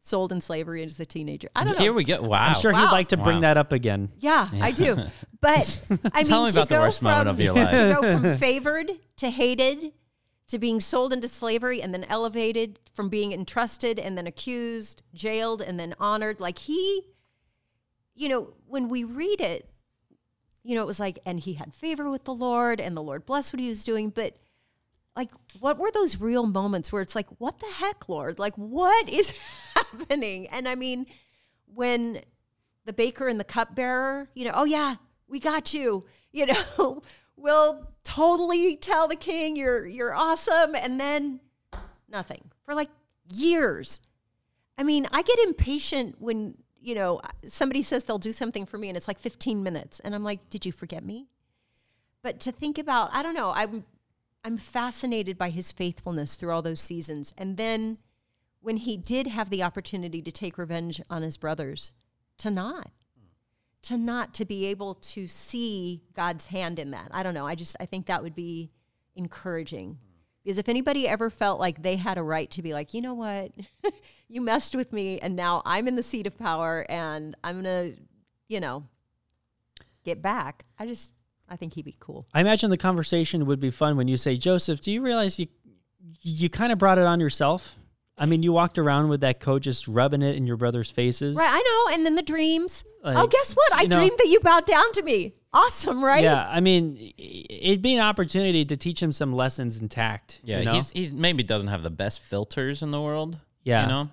S2: sold in slavery as a teenager. I don't know.
S3: Here we go. Wow.
S1: I'm sure he'd
S2: Wow.
S1: like to bring
S3: Wow.
S1: that up again.
S2: yeah, I do. But I
S3: Tell
S2: mean,
S3: me
S2: to
S3: about the
S2: go
S3: worst moment of
S2: from-
S3: your life.
S2: to go from favored to hated to being sold into slavery and then elevated from being entrusted and then accused, jailed and then honored. Like he, you know, when we read it, you know, it was like, and he had favor with the Lord and the Lord blessed what he was doing. But like, what were those real moments where it's like, what the heck, Lord? Like, what is happening? And I mean, when the baker and the cupbearer, you know, oh yeah, we got you. You know, we'll totally tell the king you're you're awesome and then nothing for like years. I mean, I get impatient when, you know, somebody says they'll do something for me and it's like 15 minutes and I'm like, "Did you forget me?" But to think about, I don't know, I'm I'm fascinated by his faithfulness through all those seasons. And then when he did have the opportunity to take revenge on his brothers, to not to not to be able to see God's hand in that. I don't know. I just I think that would be encouraging. Because if anybody ever felt like they had a right to be like, you know what, you messed with me and now I'm in the seat of power and I'm gonna, you know, get back. I just I think he'd be cool.
S1: I imagine the conversation would be fun when you say, Joseph, do you realize you you kind of brought it on yourself? I mean, you walked around with that coat just rubbing it in your brother's faces.
S2: Right, I know. And then the dreams. oh,
S1: Like,
S2: guess what? I
S1: you know-
S2: dreamed that you bowed down to me. Awesome, right?
S1: Yeah, I mean, i- it'd be an opportunity to teach him some lessons in tact.
S3: Yeah,
S1: you know?
S3: he's, he's maybe doesn't have the best filters in the world.
S1: Yeah.
S3: You know?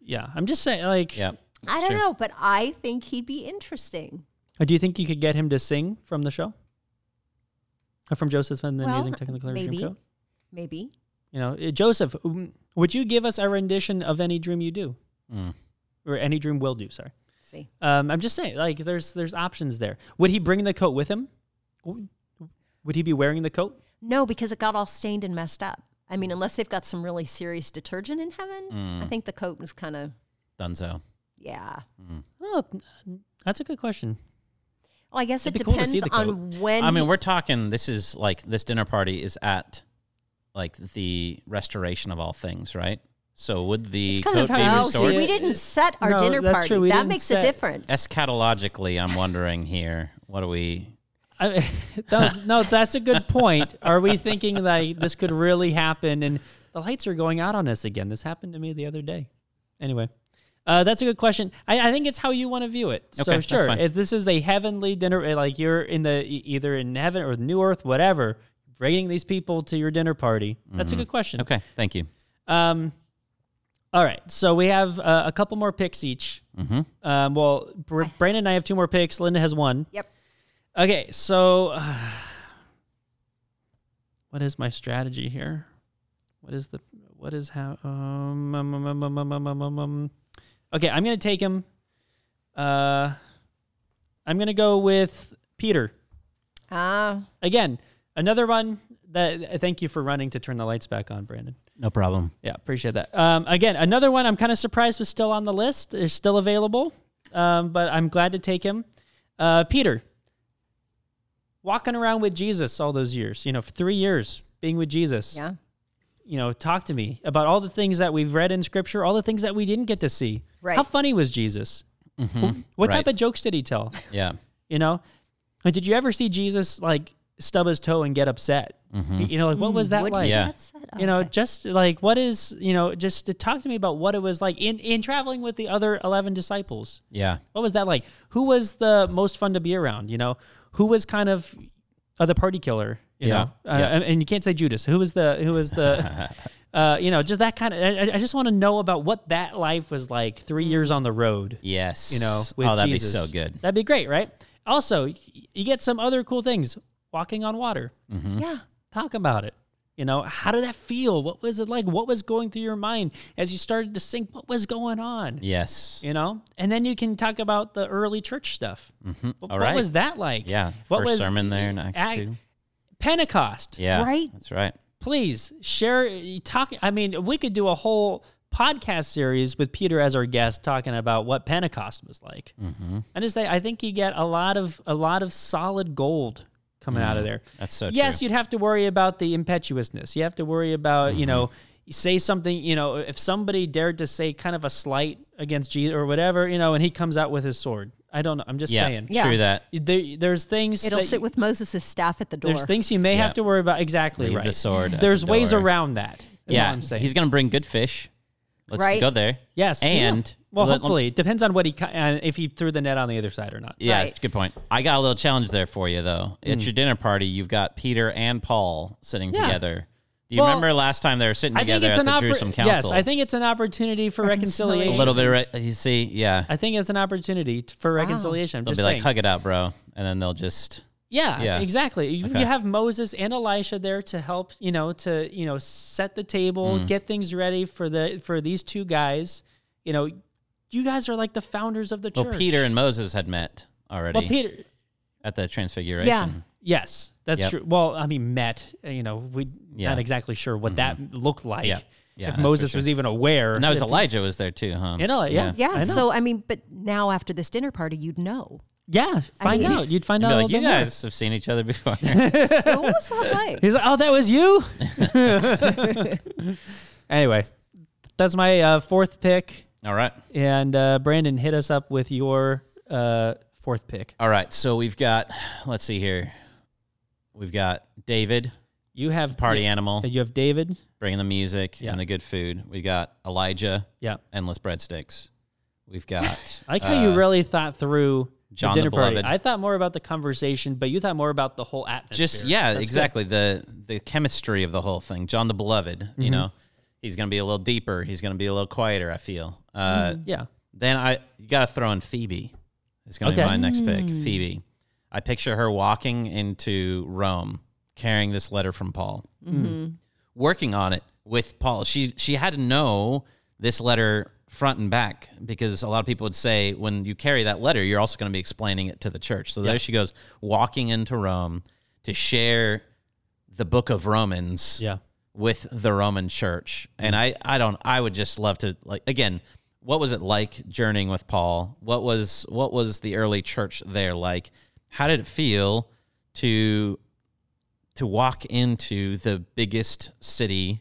S1: yeah. I'm just saying, like,
S3: Yeah.
S2: I
S3: it's
S2: don't
S3: true.
S2: know, but I think he'd be interesting.
S1: uh, do you think you could get him to sing from the show? Uh, From Joseph and the
S2: Well,
S1: Amazing Technicolor
S2: maybe.
S1: Dreamcoat?
S2: Maybe.
S1: You know, uh, Joseph, mm, would you give us a rendition of any dream you do,
S3: Mm.
S1: or any dream will do? Sorry.
S2: see.
S1: Um, I'm just saying, like, there's there's options there. Would he bring the coat with him? Would would he be wearing the coat?
S2: No, because it got all stained and messed up. I mean, unless they've got some really serious detergent in heaven,
S1: Mm.
S2: I think the coat was kind of,
S3: Dunzo.
S2: yeah.
S1: Well, that's a good question.
S2: Well, I guess
S1: It'd
S2: it
S1: be cool to see
S2: depends
S1: the
S2: on when.
S3: I mean, we're talking. This is like this dinner party is at like the restoration of all things, right? So would the
S1: It's kind of
S3: coat be
S1: how you
S2: oh,
S1: restored
S2: see,
S1: it.
S2: we
S3: restored?
S2: didn't set our
S1: No,
S2: dinner
S1: that's
S2: party.
S1: true. We
S2: That
S1: didn't
S2: makes
S1: set-
S2: a difference.
S3: Eschatologically, I'm wondering here. What are we?
S1: I, no, no, that's a good point. Are we thinking like this could really happen? And the lights are going out on us again. This happened to me the other day. Anyway, uh, that's a good question. I, I think it's how you want to view it.
S3: Okay,
S1: so
S3: that's
S1: sure,
S3: fine.
S1: if this is a heavenly dinner, eh, like you're in the e- either in heaven or new earth, whatever, bringing these people to your dinner party. That's a good question.
S3: Okay, thank you.
S1: Um, all right, so we have uh, a couple more picks each. Mm-hmm. Um, well, Br- Brandon and I have two more picks. Linda has one.
S2: yep.
S1: Okay, so uh, what is my strategy here? What is the what is how? Um, um, um, um, um, um, um, um, um, um. Okay, I'm gonna take him. Uh, I'm gonna go with Peter
S2: Uh,
S1: again. Another one that. Thank you for running to turn the lights back on, Brandon.
S3: No problem.
S1: Yeah, appreciate that. Um, again, another one I'm kind of surprised was still on the list, is still available, um, but I'm glad to take him. Uh, Peter, walking around with Jesus all those years, you know, for three years being with Jesus,
S2: yeah.
S1: you know, talk to me about all the things that we've read in scripture, all the things that we didn't get to see.
S2: Right.
S1: How funny was Jesus? What type
S3: Mm-hmm. Right.
S1: of jokes did he tell?
S3: Yeah.
S1: You know, Like, did you ever see Jesus like stub his toe and get upset? You know, like what was that
S2: Would
S1: like?
S2: you
S3: Mm-hmm. Yeah.
S2: get upset?
S1: you know
S2: Okay.
S1: just like what is you know just to talk to me about what it was like in in traveling with the other 11 disciples
S3: Yeah.
S1: what was that like who was the most fun to be around you know who was kind of uh, the party killer you
S3: Yeah,
S1: know uh,
S3: yeah.
S1: and, and you can't say judas who was the who was the uh, you know just that kind of I, I just want to know about what that life was like three years on the road
S3: Yes.
S1: you know with
S3: oh, that'd
S1: Jesus.
S3: be so good.
S1: that'd be great right also y- you get some other cool things walking on water
S2: yeah.
S1: talk about it. You You know, how did that feel? What was it like? What was going through your mind as you started to sing? What was going on?
S3: Yes.
S1: You know, and then you can talk about the early church stuff.
S3: Mm-hmm.
S1: What,
S3: All
S1: what
S3: right.
S1: was that like?
S3: yeah.
S1: What
S3: First
S1: was
S3: sermon there in Acts
S1: Ac-
S3: two.
S1: Pentecost.
S3: Yeah.
S2: Right?
S3: That's right.
S1: Please share. you Talk. I mean, we could do a whole podcast series with Peter as our guest, talking about what Pentecost was like.
S3: Mm-hmm.
S1: I just say I think you get a lot of a lot of solid gold coming out of there.
S3: Mm-hmm. That's so
S1: yes,
S3: true.
S1: you'd have to worry about the impetuousness. You have to worry about you know
S3: Mm-hmm.
S1: say something you know if somebody dared to say kind of a slight against Jesus or whatever you know, and he comes out with his sword. I don't know. I'm just
S3: yeah.
S1: saying.
S2: Yeah.
S3: True that.
S1: There, there's things
S2: It'll
S1: that
S2: sit
S1: you-
S2: with Moses' staff at the door.
S1: there's things you may
S3: Yeah.
S1: have to worry about. Exactly
S3: Leave
S1: right.
S3: the sword. at
S1: there's
S3: the
S1: ways
S3: door.
S1: around that. is
S3: Yeah.
S1: all I'm saying.
S3: He's gonna bring good fish. Let's
S2: Right?
S3: go there.
S1: yes.
S3: And
S1: well,
S3: let- let-
S1: hopefully it depends on what he ki- uh, if he threw the net on the other side or not.
S3: Yeah,
S2: Right.
S3: it's a good point. I got a little challenge there for you though. At your dinner party, you've got Peter and Paul sitting
S1: Hmm. Yeah.
S3: together. Do you
S1: Well,
S3: remember last time they were sitting
S1: I think
S3: together
S1: it's
S3: at
S1: an
S3: the
S1: oppor-
S3: Jerusalem
S1: yes.
S3: Council?
S1: I think it's an opportunity for
S2: Reconciliation.
S1: reconciliation.
S3: a little bit. Of re- you see, yeah,
S1: I think it's an opportunity t- for reconciliation. I'm
S3: they'll
S1: just
S3: be like,
S1: saying.
S3: "Hug it out, bro," and then they'll just
S1: yeah,
S3: Yeah.
S1: exactly. You,
S3: Okay.
S1: you have Moses and Elisha there to help, you know, to you know set the table,
S3: Mm.
S1: get things ready for the for these two guys. You know, you guys are like the founders of the
S3: Well,
S1: church.
S3: Peter and Moses had met already
S1: well, Peter.
S3: at the Transfiguration.
S2: Yeah.
S1: Yes, that's
S3: Yep.
S1: true. Well, I mean, met. uh, You know, we
S3: Yeah. Mm-hmm.
S1: not exactly sure what that looked like.
S3: Yeah. Yeah, that's
S1: if
S3: for
S1: Moses
S3: sure.
S1: was even aware,
S3: and that was
S1: that Pe-
S3: Elijah was there too, huh?
S1: And Eli- yeah.
S2: yeah.
S1: I know.
S2: so, I mean, but now after this dinner party, you'd know.
S1: Yeah, find
S2: mean-
S1: out. You'd find out.
S3: And be
S1: a
S3: like,
S1: little
S3: "You
S1: bit more."
S3: guys have seen each other before."
S2: what was that like?
S1: He's like, "Oh, that was you." anyway, that's my uh, fourth pick,
S3: All right.
S1: and uh, Brandon hit us up with your uh, fourth pick.
S3: All right. So we've got, let's see here. We've got David,
S1: You have
S3: party animal,
S1: You have David.
S3: bringing the music
S1: Yeah.
S3: and the good food. We've got Elijah,
S1: Yeah,
S3: endless breadsticks. We've got.
S1: I like how you
S3: uh,
S1: really thought through
S3: John
S1: the
S3: the
S1: dinner party.
S3: Beloved.
S1: I thought more about the conversation, but you thought more about the whole atmosphere.
S3: Just yeah,
S1: That's good.
S3: exactly the the chemistry of the whole thing. John the Beloved, you
S1: Mm-hmm.
S3: know, he's gonna be a little deeper. He's gonna be a little quieter. I feel. Uh,
S1: Yeah,
S3: Then I you gotta throw in Phoebe. It's gonna
S1: Okay.
S3: be my next pick. Phoebe. I picture her walking into Rome carrying this letter from Paul. Working on it with Paul. She she had to know this letter front and back because a lot of people would say when you carry that letter, you're also gonna be explaining it to the church. So there she goes, walking into Rome to share the book of Romans
S1: yeah.
S3: with the Roman church. And I, I don't I would just love to like again, what was it like journeying with Paul? What was what was the early church there like? How did it feel to to walk into the biggest city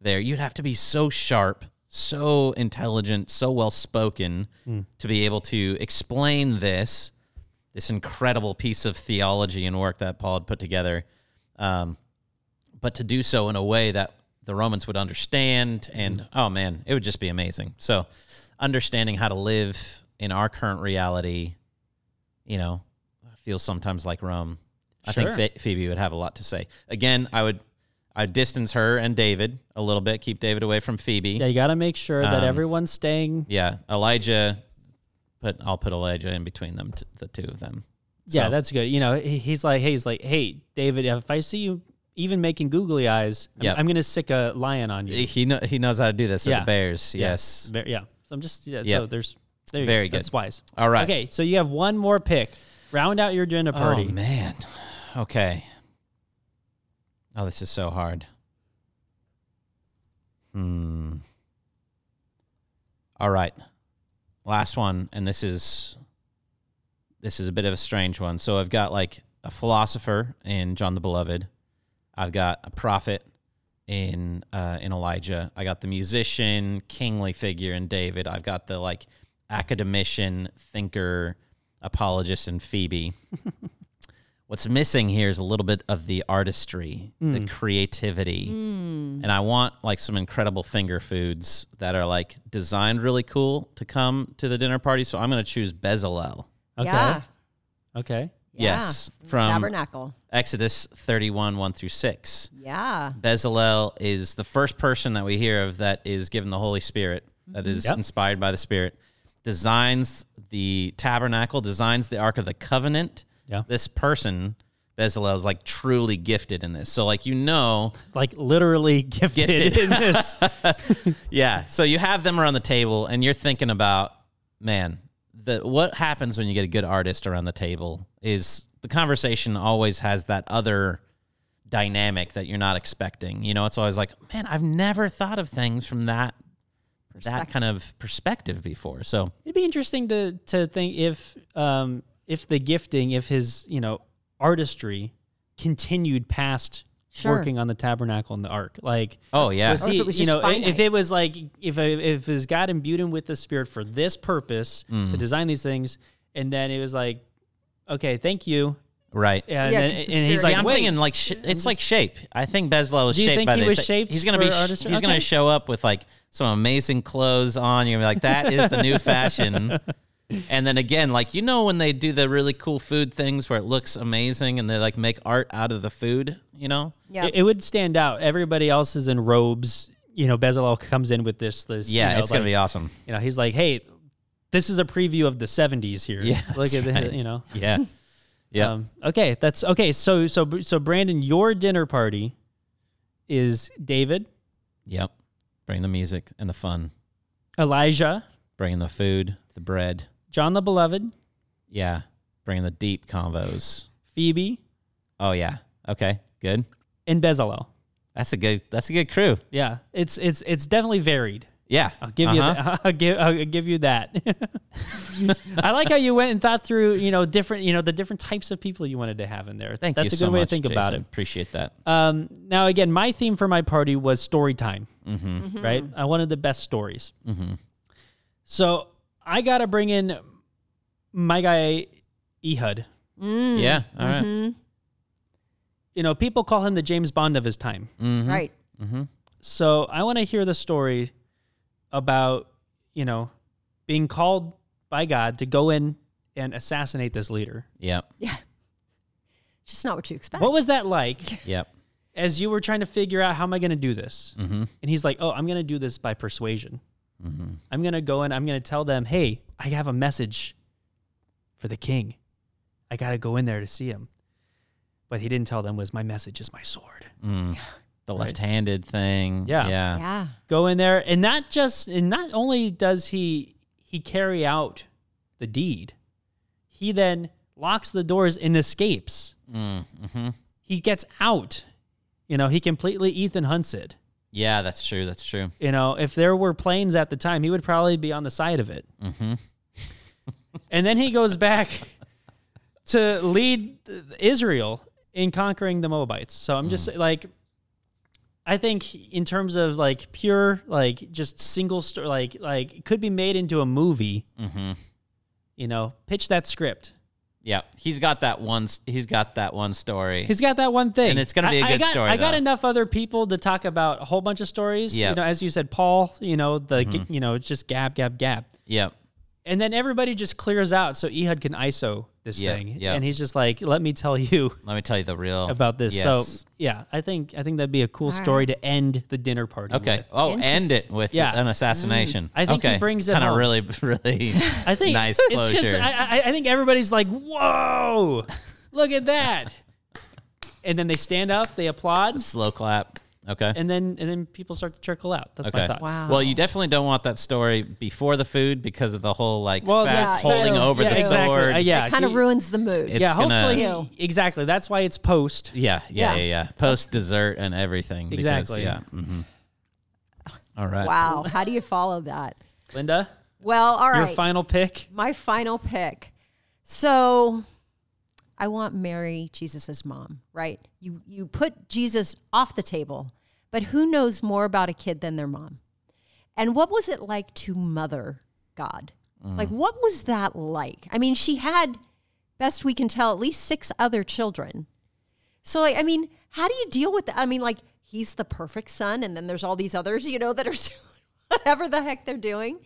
S3: there? You'd have to be so sharp, so intelligent, so well spoken to be able to explain this this incredible piece of theology and work that Paul had put together. Um, but to do so in a way that the Romans would understand. And oh man, it would just be amazing. So, understanding how to live in our current reality, you know, feels sometimes like Rome. I think
S1: Sure.
S3: Phe- Phoebe would have a lot to say. Again, I would I would distance her and David a little bit, keep David away from Phoebe.
S1: Yeah,
S3: Yeah,
S1: you got to make sure that
S3: Um,
S1: everyone's staying.
S3: Elijah. Put I'll put Elijah in between them, t- the two of them.
S1: Yeah,
S3: So-
S1: that's good. You know, he- he's like, hey, he's like, hey, David, if I see you even making googly eyes, I'm,
S3: Yeah.
S1: I'm gonna stick a lion on you.
S3: he kno- he knows how to do this. Yeah.
S1: Yeah.
S3: the Bears, yes,
S1: Ver- yeah. So I'm just yeah.
S3: Yeah.
S1: So there's there you
S3: Very
S1: go.
S3: good.
S1: That's wise.
S3: All right.
S1: Okay, so you have one more pick. Round out your dinner party.
S3: Oh man. Okay. Oh, this is so hard. Hmm. All right. Last one, and this is this is a bit of a strange one. So I've got like a philosopher in John the Beloved. I've got a prophet in uh, in Elijah. I got the musician, kingly figure in David. I've got the like academician, thinker, apologist in Phoebe. What's missing here is a little bit of the artistry,
S2: Hmm.
S3: the creativity. And I want like some incredible finger foods that are like designed really cool to come to the dinner party. So I'm going to choose Bezalel.
S1: Okay.
S2: Yeah.
S1: Okay.
S2: Yeah.
S3: Yes, from-
S2: Tabernacle.
S3: Exodus 31, 1 through 6.
S2: Yeah.
S3: Bezalel is the first person that we hear of that is given the Holy Spirit, that is
S1: Mm-hmm. Yep.
S3: inspired by the Spirit, designs the tabernacle, designs the Ark of the Covenant.
S1: Yeah.
S3: This person Bezalel is like truly gifted in this. So like you know,
S1: like literally gifted,
S3: Gifted.
S1: in this.
S3: yeah. So you have them around the table and you're thinking about, man, the what happens when you get a good artist around the table is the conversation always has that other dynamic that you're not expecting. You know, it's always like, man, I've never thought of things from that that
S2: Perspective.
S3: kind of perspective before. So
S1: It'd be interesting to to think if um if the gifting, if his you know artistry continued past
S2: Sure.
S1: working on the tabernacle and the ark, like.
S3: oh yeah.
S1: Was
S2: Or if
S1: he-
S2: it was
S1: you
S2: just
S1: know, i- if
S2: finite.
S1: it was like if if it was God imbued him with the Spirit for this purpose
S3: Mm.
S1: to design these things, and then it was like, okay, thank you,
S3: right.
S1: and,
S2: Yeah,
S1: then,
S2: 'cause
S1: and
S2: the
S1: he's
S2: Spirit-
S3: See,
S1: like,
S3: I'm
S1: wait,
S3: thinking like sh- it's like shape. I think Bezalel was
S1: Do you
S3: shaped
S1: think
S3: by
S1: he
S3: this.
S1: was shaped
S3: he's gonna be
S1: for
S3: sh-
S1: artistry?
S3: he's
S1: Okay.
S3: gonna show up with like some amazing clothes on. You're gonna be like, that is the new fashion. and then again, like you know when they do the really cool food things where it looks amazing and they like make art out of the food. You know,
S2: Yeah.
S1: it, it would stand out. Everybody else is in robes. You know, Bezalel comes in with this. This,
S3: yeah,
S1: you know,
S3: it's gonna
S1: like-
S3: be awesome.
S1: You know, he's like, hey, this is a preview of the '70s here.
S3: Yeah,
S1: look
S3: that's
S1: at
S3: right.
S1: the, you know.
S3: Yeah, yeah.
S1: Um, okay, that's okay. So, so, so, Brandon, your dinner party is David,
S3: Yep. Bring the music and the fun.
S1: Elijah,
S3: Bring the food, the bread.
S1: John the Beloved,
S3: Yeah. Bring the deep convos.
S1: Phoebe,
S3: Oh yeah. Okay. Good.
S1: and Bezalel.
S3: That's a good. That's a good crew.
S1: Yeah, it's it's it's definitely varied.
S3: Yeah. Uh-huh.
S1: I'll give you that. I'll give I'll give you that. I like how you went and thought through, you know, different, you know, the different types of people you wanted to have in there.
S3: Thank
S1: That's
S3: you
S1: a good
S3: so
S1: way
S3: much,
S1: to think
S3: Jason.
S1: about it.
S3: Appreciate that.
S1: Um, now again, my theme for my party was story time. Right, I wanted the best stories. So I got to bring in my guy Ehud.
S3: yeah. All right.
S1: You know, people call him the James Bond of his time.
S3: mm-hmm.
S2: Right.
S1: So I want to hear the story about, you know, being called by God to go in and assassinate this leader.
S3: Yep.
S2: Just not what you expect.
S1: What was that like
S3: Yep.
S1: as you were trying to figure out how am I going to do this? And he's like, "Oh, I'm going to do this by persuasion. I'm going to go in. I'm going to tell them, hey, I have a message for the king. I got to go in there to see him." But he didn't tell them was my message is my sword.
S3: The left-handed thing.
S1: Yeah.
S3: Yeah.
S2: yeah.
S1: go in there and not just and not only does he he carry out the deed he then locks the doors and escapes he gets out you know he completely ethan hunts it
S3: Yeah, that's true. That's true.
S1: you know if there were planes at the time he would probably be on the side of it
S3: Mm-hmm.
S1: and then he goes back to lead israel in conquering the moabites so i'm just
S3: Mm.
S1: like I think in terms of like pure, like just single story, like like it could be made into a movie.
S3: Mm-hmm.
S1: You know, pitch that script.
S3: Yeah. He's got that one. s- He's got that one story.
S1: He's got that one thing,
S3: And it's gonna be
S1: a
S3: a good
S1: got,
S3: story,
S1: I got
S3: though.
S1: enough other people to talk about a whole bunch of stories.
S3: Yeah. Mm-hmm.
S1: You know, as you said, Paul. You know, the you know, it's just gab gab gab,
S3: yep.
S1: and then everybody just clears out so Ehud can ISO this
S3: Yeah,
S1: thing,
S3: yeah.
S1: and he's just like, "Let me tell you
S3: Let me tell you the real
S1: about this."
S3: Yes.
S1: So yeah, I think I think that'd be a cool
S2: right.
S1: story to end the dinner party.
S3: Okay.
S1: with.
S3: Oh, end
S2: Interesting.
S3: it with
S1: Yeah. Mm.
S3: an assassination.
S1: I think he
S3: okay.
S1: brings it
S3: Kinda
S1: home.
S3: really, really.
S1: I think
S3: nice
S1: It's just,
S3: closure.
S1: I, I, I think everybody's like, "Whoa, look at that!" and then they stand up, they applaud,
S3: slow clap. Okay.
S1: and then and then people start to trickle out. That's my
S3: Okay.
S1: thought.
S2: Wow.
S3: Well, you definitely don't want that story before the food because of the whole like
S1: Well,
S3: fats
S2: yeah,
S3: holding
S2: yeah,
S3: over
S1: yeah,
S3: the
S1: exactly.
S3: sword.
S1: Uh, yeah,
S2: It kind of
S1: he-
S2: ruins the mood.
S3: It's
S1: Yeah,
S3: gonna-
S1: hopefully,
S2: Ew.
S1: exactly. That's why it's post.
S3: Yeah, yeah,
S2: Yeah.
S3: yeah, yeah. Post dessert and everything. because-
S1: Exactly.
S3: yeah. mhm. All right.
S2: wow. How do you follow that?
S1: Linda,
S2: Well, all
S1: your
S2: right.
S1: final pick.
S2: My final pick. So I want Mary, Jesus' mom, right? You you put Jesus off the table, but who knows more about a kid than their mom? And what was it like to mother God? Like what was that like? I mean, she had best we can tell at least six other children. So like, I mean, how do you deal with that? I mean, like he's the perfect son and then there's all these others, you know, that are whatever the heck they're doing.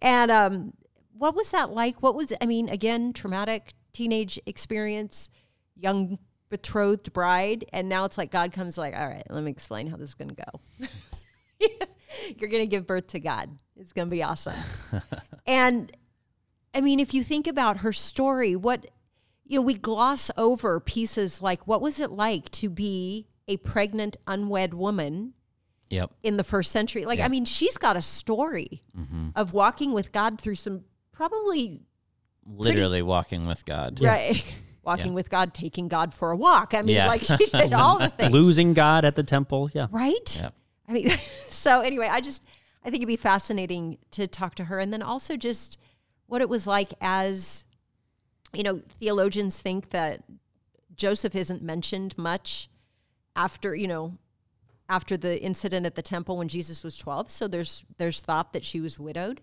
S2: And um, what was that like? What was, I mean, again, traumatic teenage experience, young betrothed bride. And now it's like God comes, like, all right, let me explain how this is going to go. You're going to give birth to God. It's going to be awesome. and I mean, if you think about her story, what you know, we gloss over pieces like what was it like to be a pregnant, unwed woman
S3: Yep.
S2: in the first century? Like,
S3: Yeah. Mm-hmm.
S2: I mean, she's got a story of walking with God through some probably
S3: Literally walking with God.
S2: right, walking with God, taking God for a walk. I mean,
S3: Yeah.
S2: like she did all the things,
S1: Losing God at the temple. Yeah.
S2: right?
S3: Yep.
S2: I mean, so anyway, I just I think it'd be fascinating to talk to her, and then also just what it was like as you know, theologians think that Joseph isn't mentioned much after you know after the incident at the temple when Jesus was twelve. So there's there's thought that she was widowed.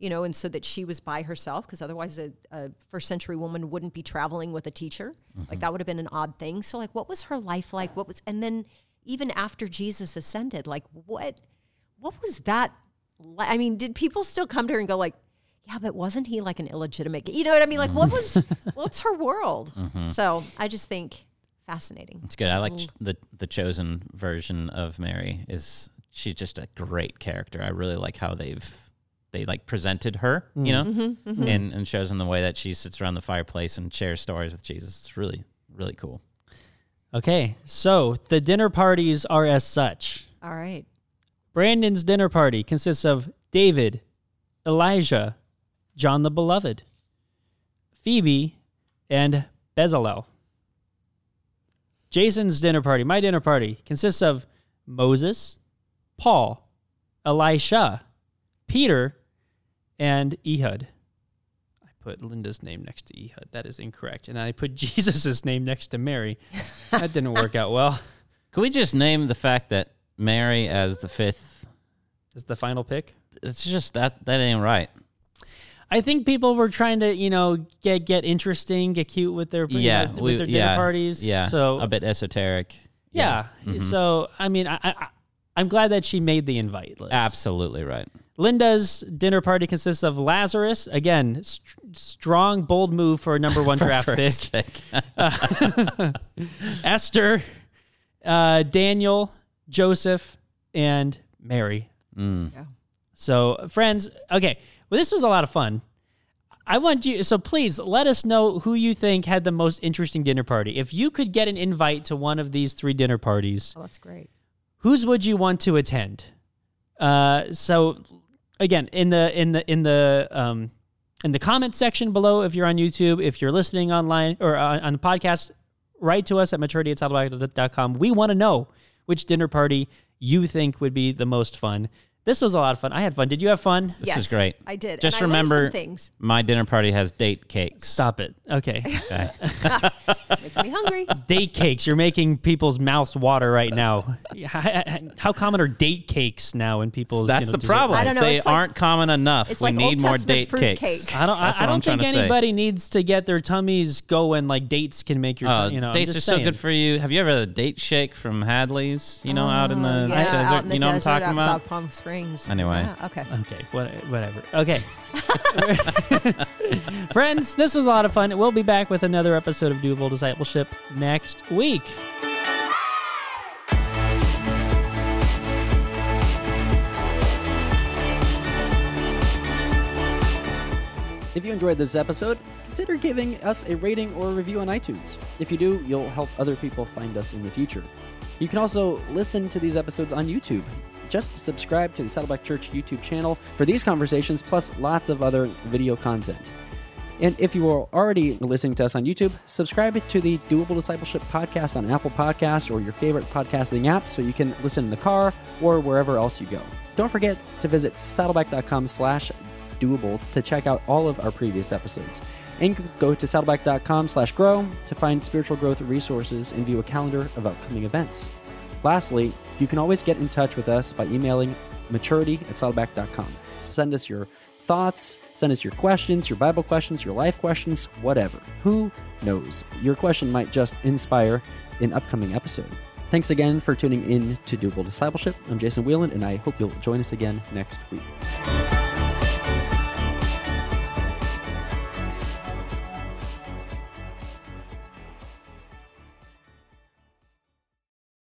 S2: You know, and so that she was by herself, because otherwise a, a first century woman wouldn't be traveling with a teacher. Like that would have been an odd thing. So, like, what was her life like? What was, and then even after Jesus ascended, like, what, what was that? li- I mean, did people still come to her and go like, "Yeah, but wasn't he like an illegitimate?" You know what I mean? Like, what was what's her world? So I just think fascinating.
S3: It's good. I
S2: Mm.
S3: like ch- the the chosen version of Mary. Is she's just a great character. I really like how they've they like presented her,
S2: Mm.
S3: you know,
S2: Mm-hmm,
S3: and and chosen the way that she sits around the fireplace and shares stories with Jesus. It's really really cool.
S1: Okay. So the dinner parties are as such.
S2: All right,
S1: Brandon's dinner party consists of David, Elijah, John the Beloved, Phoebe, and Bezalel. Jason's dinner party, my dinner party, consists of Moses, Paul, Elisha, Peter, and Ehud. I put Linda's name next to Ehud. That is incorrect. And I put Jesus' name next to Mary. That didn't work out well.
S3: Could we just name the fact that Mary as the fifth?
S1: Is the final pick?
S3: It's just that that ain't right.
S1: I think people were trying to, you know, get get interesting, get cute with their
S3: yeah,
S1: with,
S3: we-
S1: their dinner
S3: yeah,
S1: parties.
S3: Yeah,
S1: so
S3: a bit esoteric.
S1: yeah.
S3: Mm-hmm.
S1: So I mean, I, I I'm glad that she made the invite list.
S3: absolutely right.
S1: Linda's dinner party consists of Lazarus. Again, st- strong, bold move for a number one draft pick.
S3: First pick.
S1: Esther, uh, Daniel, Joseph, and Mary.
S2: Yeah.
S1: So, friends, okay. Well, this was a lot of fun. I want you, so please let us know who you think had the most interesting dinner party. If you could get an invite to one of these three dinner parties,
S2: oh, that's great.
S1: whose would you want to attend? Uh, so again, in the in the in the um, in the comment section below, if you're on YouTube, if you're listening online or on, on the podcast, write to us at maturity We want to know which dinner party you think would be the most fun. This was a lot of fun. I had fun. Did you have fun?
S3: This is great.
S2: I did.
S3: Just
S2: And I learned some
S3: remember,
S2: things.
S3: my dinner party has date cakes.
S1: Stop it. Okay.
S2: Making me hungry.
S1: date cakes. You're making people's mouths water right now. How common are date cakes now in people's?
S3: That's
S1: you know,
S3: the
S1: dessert
S3: problem.
S2: I don't know,
S3: They
S2: it's like-
S3: aren't common enough.
S2: it's
S3: we
S2: like
S3: need
S2: Old
S3: more
S2: Testament
S3: date
S2: fruit
S3: cakes.
S2: cake.
S1: I don't.
S3: That's
S1: I, I
S3: what I'm
S1: don't
S3: trying
S1: think
S3: to say.
S1: anybody needs to get their tummies going. Like dates can make your.
S3: Uh,
S1: tum- you know, I'm
S3: dates
S1: just
S3: are so
S1: saying.
S3: good for you. Have you ever had a date shake from Hadley's? You know, out in the
S2: Oh, yeah,
S3: desert.
S2: out in the
S3: you know
S2: desert,
S3: what I'm talking
S2: out
S3: about?
S2: Palm Springs.
S3: Anyway.
S2: Yeah, okay.
S1: Okay, what, whatever. Okay. Friends, this was a lot of fun. We'll be back with another episode of Doable Discipleship next week.
S4: If you enjoyed this episode, consider giving us a rating or review on iTunes. If you do, you'll help other people find us in the future. You can also listen to these episodes on YouTube. Just subscribe to the Saddleback Church YouTube channel for these conversations, plus lots of other video content. And if you are already listening to us on YouTube, subscribe to the Doable Discipleship podcast on Apple Podcasts or your favorite podcasting app so you can listen in the car or wherever else you go. Don't forget to visit saddleback.com slash doable to check out all of our previous episodes. And you can go to saddleback.com slash grow to find spiritual growth resources and view a calendar of upcoming events. Lastly, you can always get in touch with us by emailing maturity at saddleback.com. Send us your thoughts, send us your questions, your Bible questions, your life questions, whatever. Who knows? Your question might just inspire an upcoming episode. Thanks again for tuning in to Doable Discipleship. I'm Jason Wheeland, and I hope you'll join us again next week.